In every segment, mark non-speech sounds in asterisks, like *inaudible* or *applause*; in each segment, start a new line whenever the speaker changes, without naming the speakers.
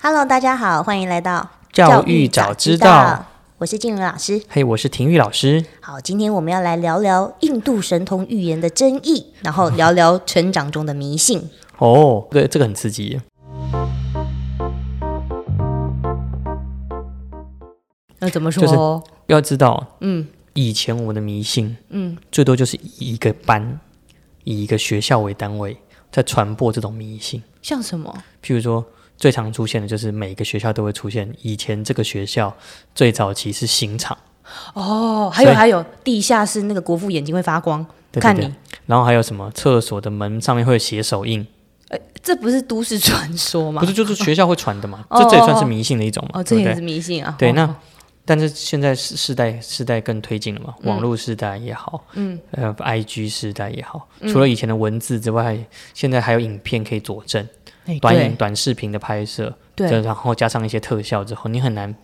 Hello，大家好，欢迎来到
教育早知道，
我是静茹老师。
嘿我是婷玉老师。
好，今天我们要来聊聊印度神童预言的争议，然后聊聊成长中的迷
*laughs*
信。
哦，对，这个很刺激耶。
那怎么
说
说？
要知道，
嗯
以前我们的迷信
嗯，
最多就是以一个班、以一个学校为单位，在传播这种迷信。
像什么？
譬如说，最常出现的就是每个学校都会出现。以前这个学校最早期是刑场，
哦，还
所
有
以
还有，地下室那个国父眼睛会发光，
对
看
对
你
对。然后还有什么厕所的门上面会有血手印，
这不是都市传说吗
不？是就是学校会传的嘛？
哦
这这也
哦
算是
哦
迷信的一种嘛？
哦，这
对不
也
对
是？迷信啊。
对，
哦
那但是现在世世代世代更推进了嘛，
嗯
网络时代也好，嗯，呃，IG 时代也好，
嗯
除了以前的文字之外，现在还有影片可以佐证，
哎
短影短视频的拍摄，
对
这
对
然后加上一些特效之后，你很难，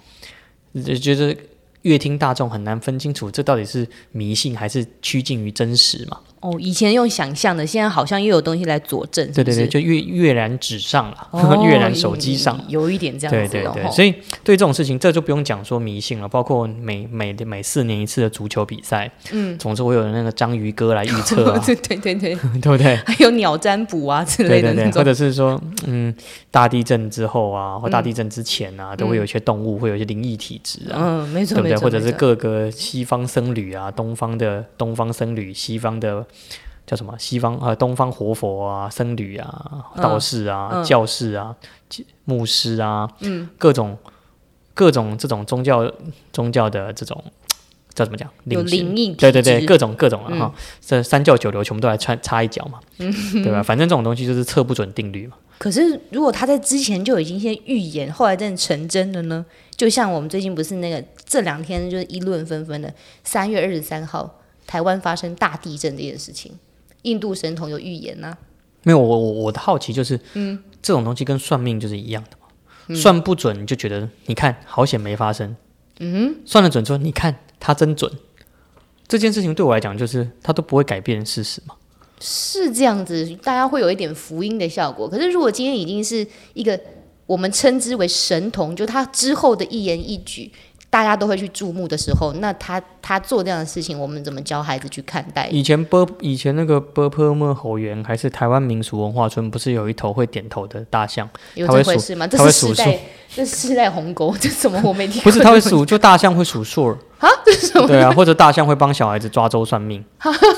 就觉得乐听大众很难分清楚这到底是迷信还是趋近于真实嘛？
哦，以前用想象的，现在好像又有东西来佐证，
对对对，
是不是
就跃跃然纸上了， *laughs*
哦
跃然手机上。
有有一点这样
对
子
对
哦
对，
吼，
所以对这种事情，这就不用讲说迷信了。包括每每每四年一次的足球比赛，嗯， *laughs* 总是会有那个章鱼哥来预测、啊
*laughs* 对对对对，
对不对？
还有鸟占卜啊之类
对
的
对
那
对，或
种。
者是说，嗯，大地震之后啊，或大地震之前啊，都会有一些动物会有一些灵异体质啊，
嗯，没错
对不
没
对？
错，
或者是
没错
各个西方僧侣啊，东方的东方僧侣，西方的叫什么？西方呃，东方活佛啊，僧侣啊，
嗯
道士啊，
嗯
教士啊，其牧师啊，嗯，各种各种这种宗教宗教的这种叫怎么讲？
有
领袖
灵异体嗯
对对对，
质
各种各种了哈、这三教九流全部都来插插
*laughs*
一脚嘛，对吧？反正这种东西就是测不准定律嘛。
可是如果他在之前就已经先预言，后来真的成真了呢？就像我们最近不是那个这两天就是议论纷纷的，三月二十三号台湾发生大地震这件事情，印度神童有预言啊呐、
没有，我我我的好奇就是，嗯，这种东西跟算命就是一样的嘛，算不准你就觉得你看好险没发生，嗯，算得准说你看它真准，这件事情对我来讲就是它都不会改变事实嘛。
是这样子，大家会有一点福音的效果。可是如果今天已经是一个我们称之为神童，就他之后的一言一举，大家都会去注目的时候，那他他做这样的事情，我们怎么教孩子去看待？
以前波以前那个波波莫侯园还是台湾民俗文化村，不是有一头会点头的大象？
有
他
这
会
回
数
事吗？这
他
是
会
世
数
代，这是世代鸿沟，这怎么我 *laughs* 没听
不
过？
是，它会数，就大象会数数儿。
啊，这是什么？
对啊，或者大象会帮小孩子抓周
*laughs*
算命，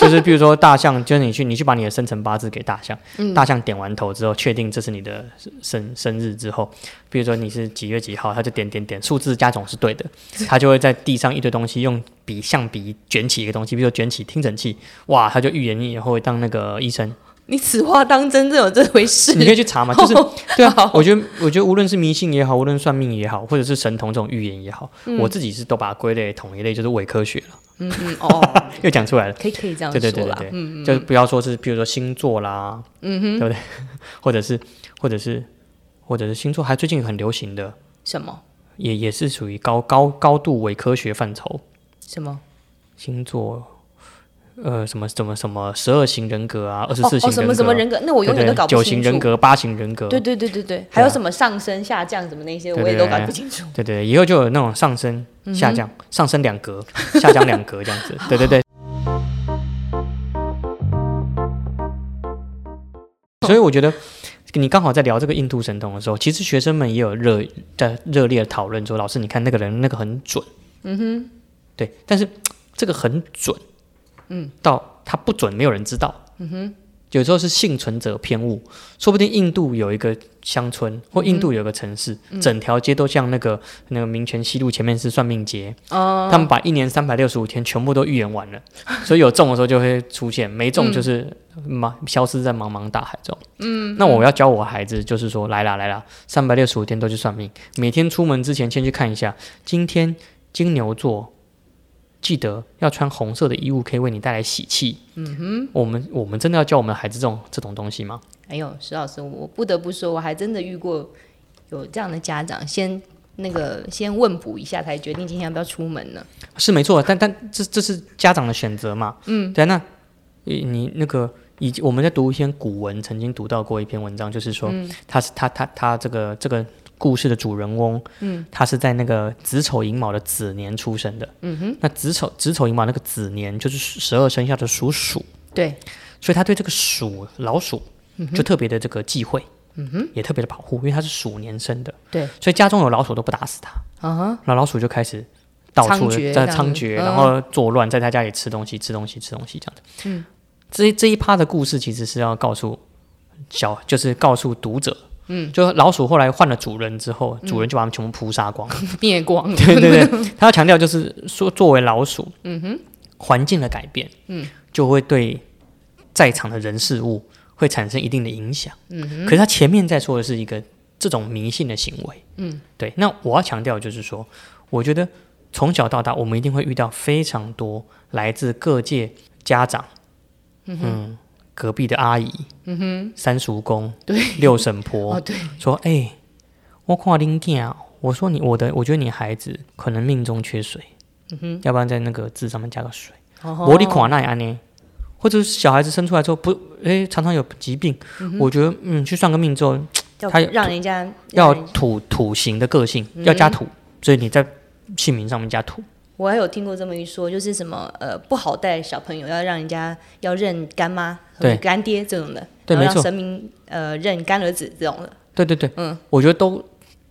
就是比如说大象，就是你去你去把你的生辰八字给大象，
嗯
大象点完头之后，确定这是你的生生日之后，比如说你是几月几号，他就点点点，数字加总
*laughs*
是对的，他就会在地上一堆东西用笔象笔卷起一个东西，比如说卷起听诊器，哇，他就预言你以后会当那个医生，
你此话当真，这有这回事？
你可以去查嘛，就是对啊
好，
我觉得我觉得无论是迷信也好，无论算命也好，或者是神童这种预言也好，我自己是都把它归类统一类，就是伪科学了，
*laughs* 嗯嗯哦，
又讲出来了。
可以可以这样
对对
说
对对
啦
对，，就是不要说是，比如说星座啦，嗯哼，对不对？ *laughs* 或者是，或者是，或者是星座，还最近很流行的，
什么
也也是属于高高高度伪科学范畴，
什么
星座，呃，什么什么什么十二型人格啊，二十
哦
四型
哦什么什么人格，那我
对
永远
对
都搞不
九
清
型人
楚。
格、八型人格，
对
对啊
对对对对，还有什么上升下降什么那些，我
对对
也都
对
搞
对
不清楚。 *laughs*
对对，以后就有那种上升、下降、上升两格、 *laughs* 下降两格这样 *laughs* 子，对对对。所以我觉得，你刚好在聊这个印度神童的时候，其实学生们也有热在热烈地讨论说，老师你看那个人那个很准，嗯哼，对，但是这个很准，嗯，到他不准没有人知道，嗯哼，有时候是幸存者偏误，说不定印度有一个乡村或印度有一个城市，整条街都像那个那个民权西路前面是算命节，他们把一年三百六十五天全部都预言完了，所以有中的时候就会出现，没中就是茫、消失在茫茫大海中。嗯，那我要教我孩子就是说，来啦来啦，三百六十五天都去算命，每天出门之前先去看一下，今天金牛座。记得要穿红色的衣物，可以为你带来喜气。嗯哼，我们我们真的要教我们的孩子这种这种东西吗？
哎呦，石老师，我不得不说，我还真的遇过有这样的家长，先那个先问卜一下，才决定今天要不要出门呢。
是没错，但但这这是家长的选择嘛？嗯，对啊。那你你那个以嗯我们在读一篇古文，曾经读到过一篇文章，就是说他是他他他这个这个故事的主人翁，嗯，他是在那个子丑寅卯的子年出生的，嗯哼，那子丑子丑寅卯那个子年就是十二生肖的属鼠，
对，
所以他对这个鼠老鼠就特别的这个忌讳，嗯哼，也特别的保护，因为他是鼠年生的，
对，
所以家中有老鼠都不打死他，
啊哈，
那老鼠就开始到
猖
处
獗
在
这样
猖
子
獗，
嗯
然后作乱，在他家里吃东西、吃东西、吃东西这样子。嗯，这这一趴的故事其实是要告诉小，就是告诉读者。嗯，就老鼠后来换了主人之后，
嗯
主人就把它们全部扑杀光了。
灭光了，
*laughs* 对对对，他要强调就是说，作为老鼠，嗯哼，环境的改变，嗯，就会对在场的人事物会产生一定的影响。嗯哼，可是他前面在说的是一个这种迷信的行为，嗯，对。那我要强调就是说，我觉得从小到大，我们一定会遇到非常多来自各界家长，嗯隔壁的阿姨，嗯哼，三叔公，对，六婶婆，
哦，对，
说：“哎、我看恁囝，我说你我的，我觉得你孩子可能命中缺水，嗯、哦要不然在那个字上面加个水。我你
哦
看那安呢，或者是小孩子生出来之后不，哎、常常有疾病，我觉得嗯，去算个命之后，
就
他有
让人家让
要嗯
人
土土型的个性，要加土，所以你在姓名上面加土。
我还有听过这么一说，就是什么呃不好带小朋友，要让人家要认干妈、
对
干爹这种的，
对
然后
没错
让神明呃认干儿子这种的，
对对对，嗯，我觉得都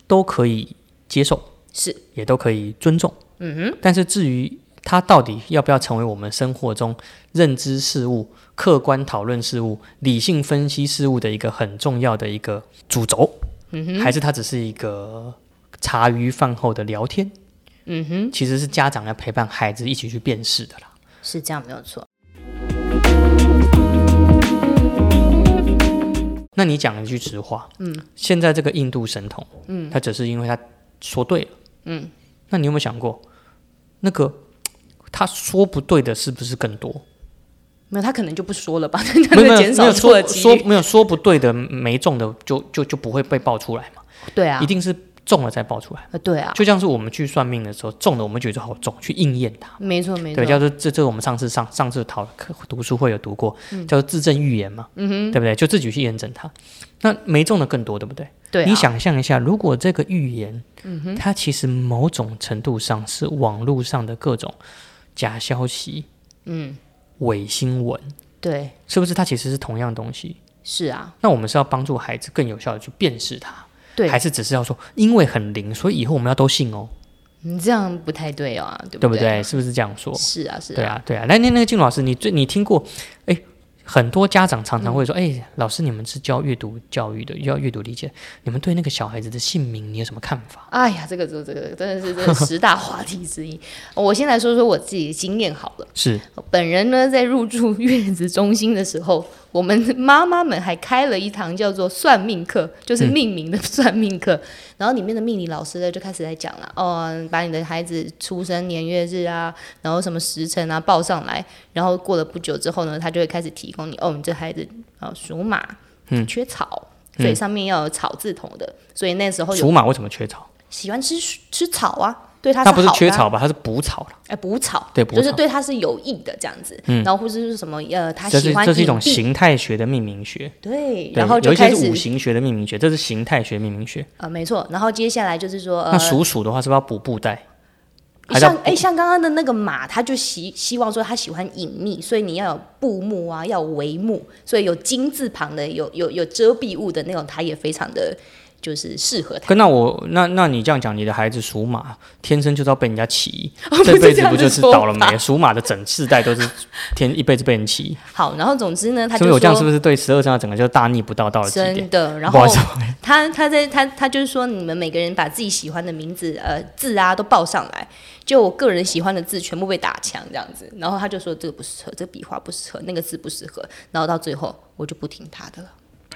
都可以接受，
是
也都可以尊重。嗯哼，但是至于它到底要不要成为我们生活中认知事物、客观讨论事物、理性分析事物的一个很重要的一个主轴，嗯哼，还是它只是一个茶余饭后的聊天？嗯哼，其实是家长要陪伴孩子一起去辨识的啦。
是这样没有错。
那你讲一句实话，嗯，现在这个印度神童，嗯，他只是因为他说对了，嗯，那你有没有想过，那个他说不对的是不是更多？
没有，他可能就不说了吧， *laughs* 他
没有
就
没
减
有没
少
有
错的
说
几
说
率。
没有说不对的没中的就就就不会被爆出来嘛，
对啊
一，定是中了再爆出来。
呃对啊，
就像是我们去算命的时候，中的我们觉得好中，去应验它。
没错没错
对，，叫做这这我们上次上上次讨课读书会有读过，
嗯
叫做自证预言嘛，嗯、对不对？就自己去验证它。那没中的更多，对不对？
对啊嗯
你想象一下，如果这个预言，它其实某种程度上是网络上的各种假消息，嗯，伪新闻，
对
是不是？它其实是同样东西。
是啊，
那我们是要帮助孩子更有效的去辨识它，
对
还是只是要说因为很灵，所以以后我们要都信哦，
你这样不太对啊，对
对
不
不？对？是不是这样说？
是啊是
对，啊，对啊。那那那个金老师，你最你听过？哎，很多家长常常会说，
嗯
哎、老师，你们是教阅读教育的，要阅读理解，你们对那个小孩子的姓名你有什么看法？
哎呀，这个这个这个真的是这十大 *laughs* 话题之一。我先来说说我自己的经验好了。
是
本人呢，在入住月子中心的时候，我们妈妈们还开了一堂叫做算命课，就是命名的算命
嗯
课。然后里面的命理老师呢，就开始在讲了，哦，把你的孩子出生年月日啊，然后什么时辰啊报上来。然后过了不久之后呢，他就会开始提供你，哦，你这孩子呃属马，
嗯
缺草，所以上面要有草字头的。所以那时候有
属马为什么缺草？
喜欢吃吃草啊，对他
他
是
不是
好的
缺
啊
草吧？他是补草了，
哎，补草，
对补
就是
草嗯
对他是有益的这样子，然后或者是什么呃，他
这
喜
是
欢
这是一种
隐蔽
形态学的命名学。
对，
对
然后
有
就
一些
开
是
始
五行学的命名学，这是形态学命名学。
呃，没错，然后接下来就是说
那
呃，
属鼠的话，是不是要补布袋？还是要
像哎像刚刚的那个马，他就希希望说他喜欢隐秘，所以你要有布幕啊，要有帷幕，所以有金字旁的，有有有遮蔽物的那种，他也非常的就是适合他。
可那我那那你这样讲，你的孩子属马，天生就是要被人家骑，
哦不是
这辈
这
子
样
不
子
就是
说
倒了
吧
霉？属马的整世代都是天一辈子被人骑，
好，然后总之呢，他
所以
就
我这样是
说
不是对十二生肖整个就大逆不道到了极点
真？的，然
不
后 *laughs*
好意思，
他他在他他就是说，你们每个人把自己喜欢的名字呃字啊都报上来，就我个人喜欢的字全部被打枪这样子，然后他就说这个不适合，这个笔画不适合，那个字不适合，然后到最后我就不听他的了，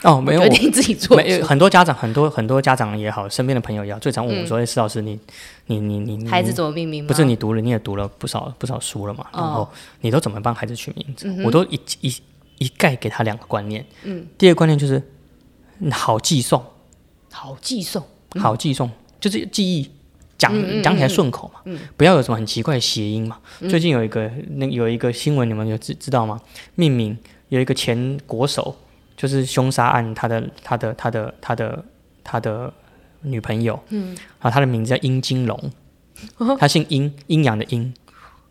哦，没有，
决
我
定自己做
没有
主
很多家长，很多很多家长也好，身边的朋友也好，最常问我说：“哎、石老师，你你你你你
嗯孩子怎么命哦名吗？
不是你读了，你也读了不少不少书了嘛，然后你都怎么帮孩子取名字？
嗯
我都一一一概给他两个观念。嗯，第一个观念就是嗯好记诵，
好记诵，
好记诵，就是记忆讲讲起来顺口嘛，不要有什么很奇怪的谐音嘛。最近有一个那有一个新闻，你们有知知道吗？命名有一个前国手，就是凶杀案，他的他的他的他的他的女朋友，嗯，哦然后她的名字叫殷金龙，她姓殷，阴阳的阴，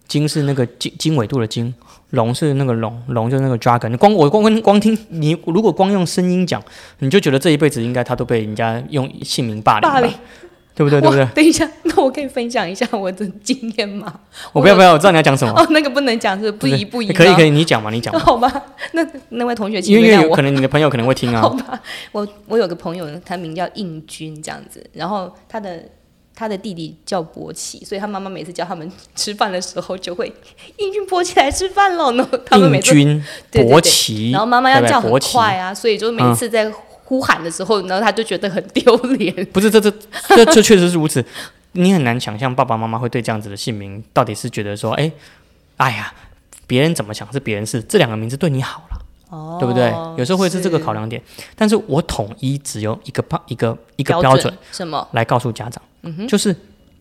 金是那个经经纬度的经，龙是那个龙，龙就是那个 dragon。光我光光光听你，如果光用声音讲，你就觉得这一辈子应该她都被人家用姓名霸凌吧，
霸凌
对不对？对不对
哇？？等一下，那我可以分享一下我的经验吗？
我不要不要，我知道你要讲什么，
哦，那个不能讲，是不
对
一不啊一。
可以可
以，
以，你讲嘛，
*laughs*
你讲嘛，
好吧？那那位同学，请
因为
原
因为
谅
有
我
可。能你的朋友可能会听
好
啊，
吧，我我有个朋友，他名叫应军这样子，然后他的他的弟弟叫博奇，所以他妈妈每次叫他们吃饭的时候就会应军博奇来吃饭喽，然后 *laughs* 他们每
应
次，
军、
对对对
博奇，
然后妈妈要
对不对
叫很
博奇
快啊，所以就每次在呼喊的时候，然后他就觉得很丢脸。
不是这这这这确实是如此。你很难想象爸爸妈妈会对这样子的姓名，到底是觉得说，哎，哎呀，别人怎么想是别人事，这两个名字对你好了，
哦
对不对？有时候会是这个考量点。但是我统一只有一个标一个一个标准
什么？
来告诉家长，
嗯
就是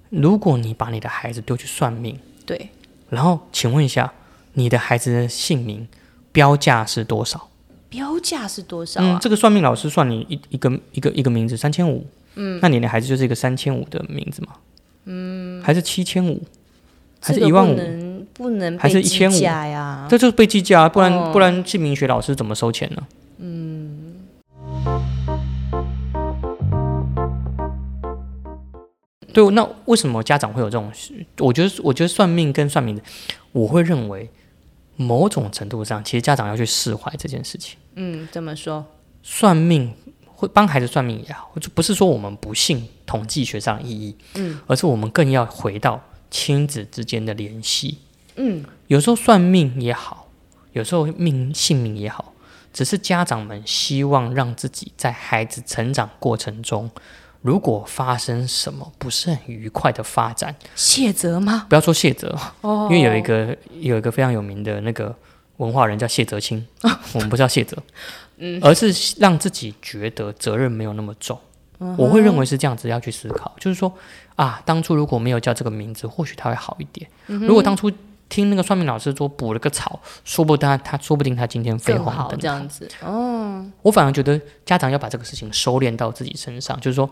如果你把你的孩子丢去算命，
对，
然后请问一下，你的孩子的姓名标价是多少？
标价是多少
嗯
啊，？
这个算命老师算你一一个一个一个名字三千五，嗯，那你的孩子就是一个三千五的名字嘛，嗯，还是七千五，还是
这个
一万五
不？能不能
还是
被计
1500
价呀？
这就是被计价啊，不然、
哦
不然姓名学老师怎么收钱呢？嗯，对，那为什么家长会有这种？我觉得，我觉得算命跟算命的，我会认为某种程度上，其实家长要去释怀这件事情。
嗯，怎么说？
算命会帮孩子算命也好，就不是说我们不信统计学上的意义，嗯，而是我们更要回到亲子之间的联系，嗯，有时候算命也好，有时候命姓名也好，只是家长们希望让自己在孩子成长过程中。如果发生什么不是很愉快的发展，
谢责吗？
不要说谢哲，
哦
因为有一个有一个非常有名的那个文化人叫谢哲青，
哦
我们不是叫
*laughs*
谢哲，
嗯
而是让自己觉得责任没有那么重。
嗯
我会认为是这样子要去思考，就是说啊，当初如果没有叫这个名字，或许他会好一点。
嗯
如果当初听那个算命老师说补了个草，说不定他他说不定他今天飞
更
黄
好
腾
这
达。
样子哦，
我反而觉得家长要把这个事情收敛到自己身上，就是说，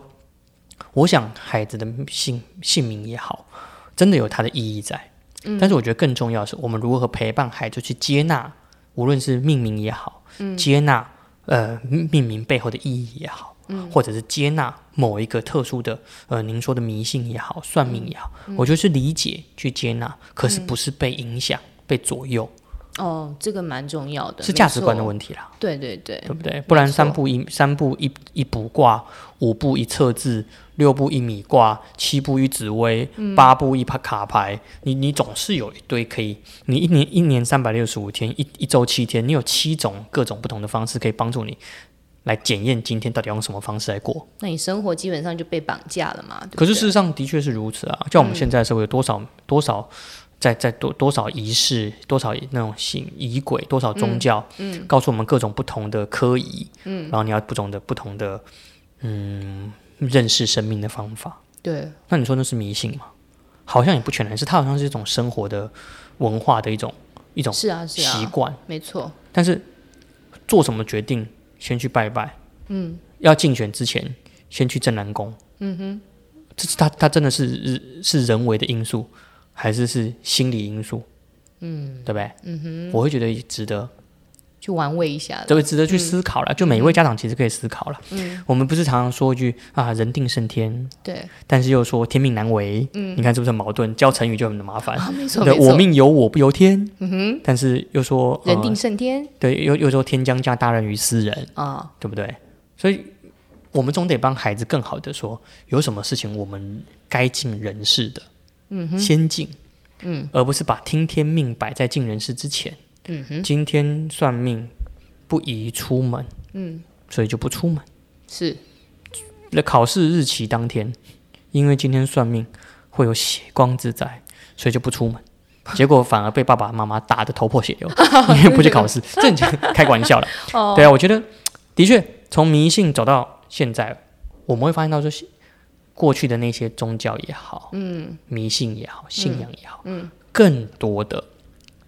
我想孩子的姓姓名也好，真的有它的意义在。但是我觉得更重要的是，我们如何陪伴孩子去接纳，无论是命名也好，接纳呃命名背后的意义也好，或者是接纳某一个特殊的呃您说的迷信也好，算命也好，我觉得是理解去接纳，可是不是被影响、被左右，
哦，这个蛮重要的，
是价值观的
题。
问题啦。
对对对，
对不对？不然
没错
三步一三步一一卜卦，五步一测字，六步一米卦，七步一紫微，
嗯
八步一卡卡牌，你你总是有一堆可以，你一年一年三百六十五天，一一周七天，你有七种各种不同的方式可以帮助你来检验今天到底要用什么方式来过。
那你生活基本上就被绑架了嘛？对不
可是
对
事实上的确是如此啊，像我们现在社会有多少、多少在在多多少仪式、多少那种行仪轨、多少宗教，嗯，告诉我们各种不同的科仪，嗯，然后你要不同的不同的嗯认识生命的方法。
对，
那你说那是迷信吗？好像也不全然是，它好像是一种生活的文化的一种一种
是啊是
习
啊，
惯，
没错，
但是做什么决定，先去拜拜。嗯，要竞选之前，先去正南宫。嗯哼，这是他他真的是是人为的因素，还是是心理因素？嗯，对不对？嗯哼，我会觉得值得，
去玩味一下的。
这个值得去思考了。就每一位家长其实可以思考了。嗯，我们不是常常说一句啊，人定胜天，
对
但是又说天命难违。嗯，你看是不是很矛盾？教成语就很麻 *laughs* 烦。
啊，没错
对，
没
我
错，
命由我不由天。嗯哼，但是又说呃
人定胜天
对，又又说天将降大任于斯人，
啊，
对不对？所以我们总得帮孩子更好的说，有什么事情我们该尽人事的，嗯，先尽，嗯，而不是把听天命摆在尽人事之前。
嗯哼，
今天算命不宜出门，嗯，所以就不出门。
是
那考试日期当天，因为今天算命会有血光之灾，所以就不出门。结果反而被爸爸妈妈打得头破血
*laughs*
流，因为不去考试，这很像开玩笑了。
哦
对啊，我觉得的确从迷信走到现在，我们会发现到说，过去的那些宗教也好，嗯，迷
嗯
信也好，信仰也好，嗯，更多的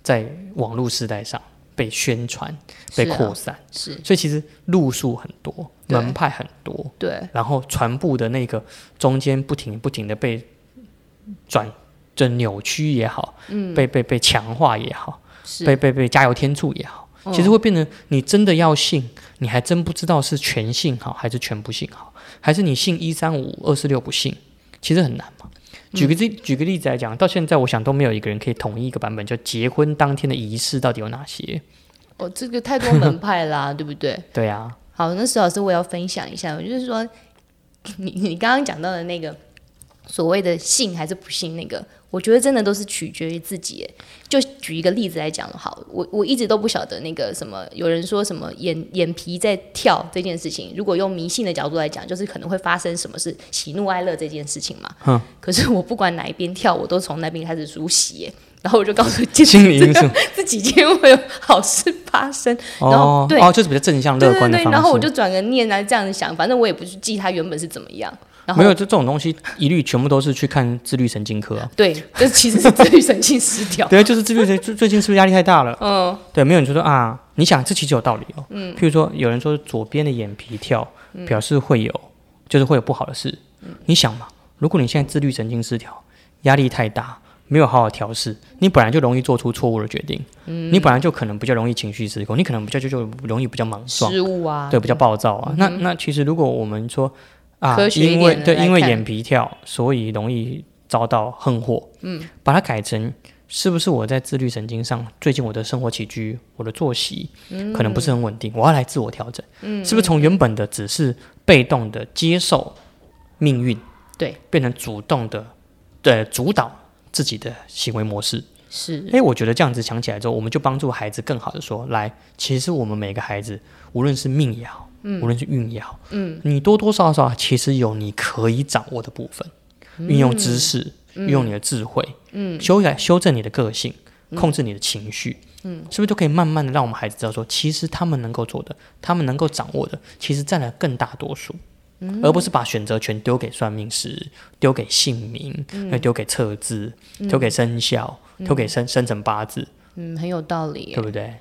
在网络时代上被宣传、被
是啊
扩散，
是
所以其实路数很多，
对
门派很多，
对，
然后传播的那个中间不停不停的被转。这扭曲也好，嗯，被被被强化也好，
是嗯
被被被加油添醋也好，其实会变成你真的要信，你还真不知道是全信好还是全不信好，还是你信一三五二四六不信，其实很难嘛。
嗯
举个例，举个例子来讲，到现在我想都没有一个人可以统一一个版本，叫结婚当天的仪式到底有哪些？
哦，这个太多门派啦、 *laughs* 对不对？
对啊，
好，那石老师，我也要分享一下，我就是说，你你刚刚讲到的那个所谓的信还是不信，那个我觉得真的都是取决于自己耶。就举一个例子来讲好，我我一直都不晓得那个什么，有人说什么眼眼皮在跳这件事情，如果用迷信的角度来讲，就是可能会发生什么是喜怒哀乐这件事情嘛。
嗯。
可是我不管哪一边跳，我都从那边开始数喜耶，然后我就告诉自己
心理因素
自己今天会有好事发生，然后
哦
对
哦，就是比较正向乐
对对
观的
对
方，式。
然后我就转个念啊，这样子想，反正我也不去记它原本是怎么样。然后
没有，就这种东西一律全部都是去看自律神经科啊。
对，这其实是自律神经失调。
*laughs* 对啊，就是自律神最最近是不是压力太大了？
嗯，
对，没有人就说啊，你想这其实有道理哦。嗯，譬如说有人说左边的眼皮跳，表示会有，就是会有不好的事。你想嘛，如果你现在自律神经失调，压力太大，没有好好调试，你本来就容易做出错误的决定。嗯，你本来就可能比较容易情绪失控，你可能比较就就容易比较莽撞，
失误啊，
对，比较暴躁啊。那那其实如果我们说啊
科，学一
因为
点的
对，
来
因为
看
眼皮跳，所以容易遭到横祸，嗯，把它改成是不是我在自律神经上，最近我的生活起居、我的作息、
嗯
可能不是很稳定，我要来自我调整，嗯，是不是从原本的只是被动的接受命运，
对，
变成主动的对主导自己的行为模式，
是
哎，我觉得这样子想起来之后，我们就帮助孩子更好的说，来，其实我们每个孩子，无论是命也好，无论是运也好，嗯，你多多少少其实有你可以掌握的部分，运用知识，运用你的智慧，嗯，修改修正你的个性，控制你的情绪，嗯，是不是就可以慢慢的让我们孩子知道说，其实他们能够做的，他们能够掌握的，其实占了更大多数。而不是把选择权丢给算命师，丢给姓名，那丢给测字，丢给生肖，丢给生生辰八字，
嗯，很有道理耶
对。不对？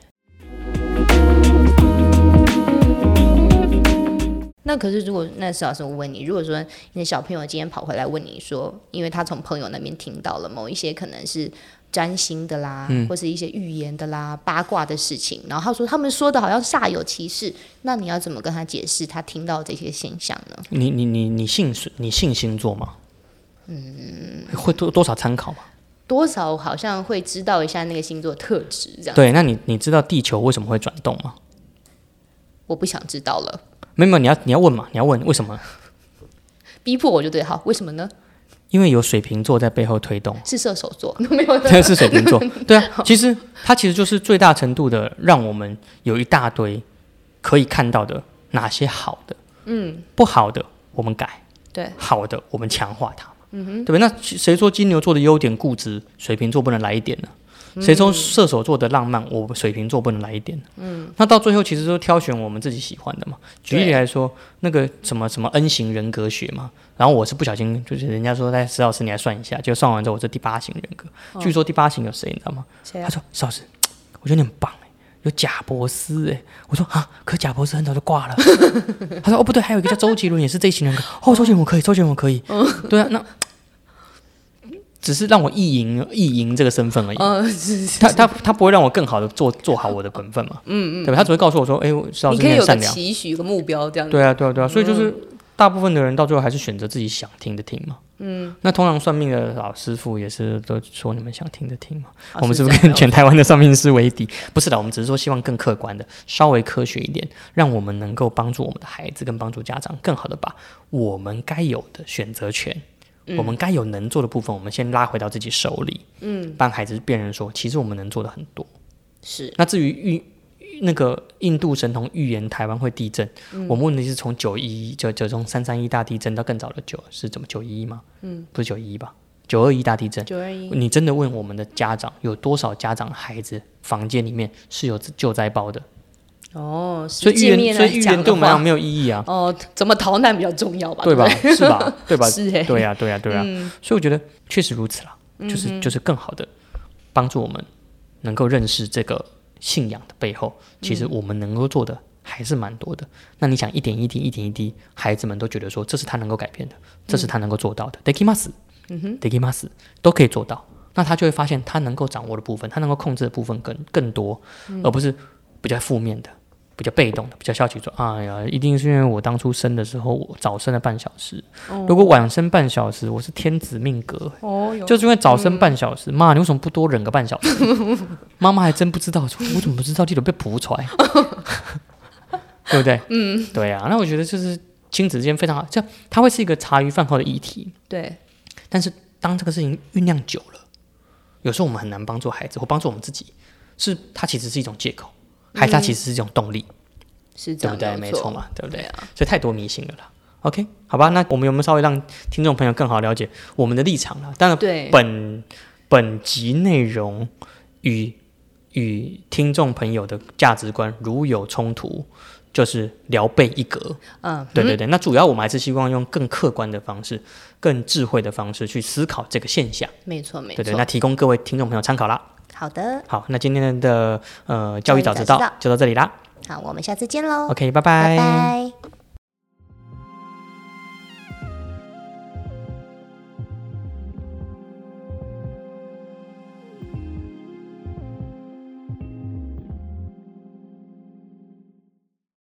那可是如果那石老师，我问你，如果说你的小朋友今天跑回来问你说，因为他从朋友那边听到了某一些可能是占星的啦，
嗯
或是一些预言的啦、八卦的事情，然后他说他们说的好像煞有其事，那你要怎么跟他解释他听到这些现象呢？
你你你你信水你信星座吗？嗯，会多多少参考嘛？
多少好像会知道一下那个星座特质，这样
对，那你你知道地球为什么会转动吗？
我不想知道了，
没有，没有你要你要问嘛？你要问为什么？
逼迫我就对，好，为什么呢？
因为有水瓶座在背后推动，
是射手座， *laughs* 没
*laughs*
有
这是水瓶座。对啊，其实它其实就是最大程度的让我们有一大堆可以看到的哪些好的，嗯，不好的我们改，
对，
好的我们强化它，嗯哼，对不对？那谁说金牛座的优点固执，水瓶座不能来一点呢？谁说射手座的浪漫，我们水瓶座不能来一点？嗯，那到最后其实都挑选我们自己喜欢的嘛。举例来说，那个什么什么 N 型人格学嘛，然后我是不小心，就是人家说，在石老师你来算一下，就算完之后我是第八型人格。据说第八型有谁你知道吗？
谁嗯啊
他说石老师，我觉得你很棒哎、有贾伯斯哎、我说啊，可贾伯斯很早就挂了。 *laughs* 他说哦不对，还有一个叫周杰伦也是这一型人格。哦，周杰伦我可以，周杰伦我可以。
嗯
对啊，那只是让我意淫意淫这个身份而已。
嗯，是是
他他他不会让我更好的做做好我的本分嘛？嗯嗯，对吧？他只会告诉我说，哎、石老
你
师
可以
很
有个
善良。
期许，有个目标这样子。嗯
对啊，对啊，对啊，所以就是大部分的人到最后还是选择自己想听的听嘛。嗯，那通常算命的老师傅也是都说你们想听的听嘛。
啊
我们
是
是不
这
是
样
跟
的
全台湾的算命师为敌？不是的，我们只是说希望更客观的，稍微科学一点，让我们能够帮助我们的孩子，跟帮助家长，更好的把我们该有的选择权。
嗯
我们该有能做的部分，我们先拉回到自己手里，嗯，帮孩子辨认说，其实我们能做的很多。
是
那至于预那个印度神童预言台湾会地震，
嗯
我们问题是从九一九九从三三一大地震到更早的九是怎么九一一吗？嗯，不是九一一吧？九二一大地震。
九二一，
你真的问我们的家长，有多少家长孩子房间里面是有救灾包的？
哦，
所
实
以预
际
言，
面
所
来
以预
讲
言
的
对我们来讲
话
没有意义啊，
哦，怎么逃难比较重要吧？
对
对 *laughs*
吧
不对？？
是吧？对
*laughs*
吧？
是哎，
对呀、对呀、对呀、所以我觉得嗯确实如此啦，就是、就是更好的帮助我们能够认识这个信仰的背后，其实我们能够做的还是蛮多的。那你想，一点一滴，一点一滴，孩子们都觉得说，这是他能够改变的，这是他能够做到的。d e k i m a s 嗯哼 d e k i m a s 都可以做到。那他就会发现，他能够掌握的部分，他能够控制的部分更更多，而不是比较负面的、比较被动的、比较消极说，哎呀，一定是因为我当初生的时候，我早生了半小时，如果晚生半小时，我是天子命格，
哦，有
就是因为早生半小时，妈，你为什么不多忍个半小时？ *laughs* 妈妈还真不知道，说我怎么不知道这种被扑出来，对不对？嗯，对啊。那我觉得就是亲子之间非常好，这它会是一个茶余饭后的议题。
对，
但是当这个事情酝酿久了，有时候我们很难帮助孩子或帮助我们自己，是它其实是一种借口，还是它其实是一种动力，
是这
对不
样，
对？没
错
错嘛，对不对？
对啊，
所以太多迷信了啦。OK，好吧，那我们有没有稍微让听众朋友更好了解我们的立场啦？当然，
对，
本本集内容与与听众朋友的价值观如有冲突，就是聊备一格。
嗯，
对对对，那主要我们还是希望用更客观的方式、更智慧的方式去思考这个现象。
没错没
对对，
错
那。提供各位听众朋友参考啦。
好的，
好，那今天的呃教育
教
早
育
知
早知
道
道
就到这里啦。
好，我们下次见喽，
OK，拜
拜拜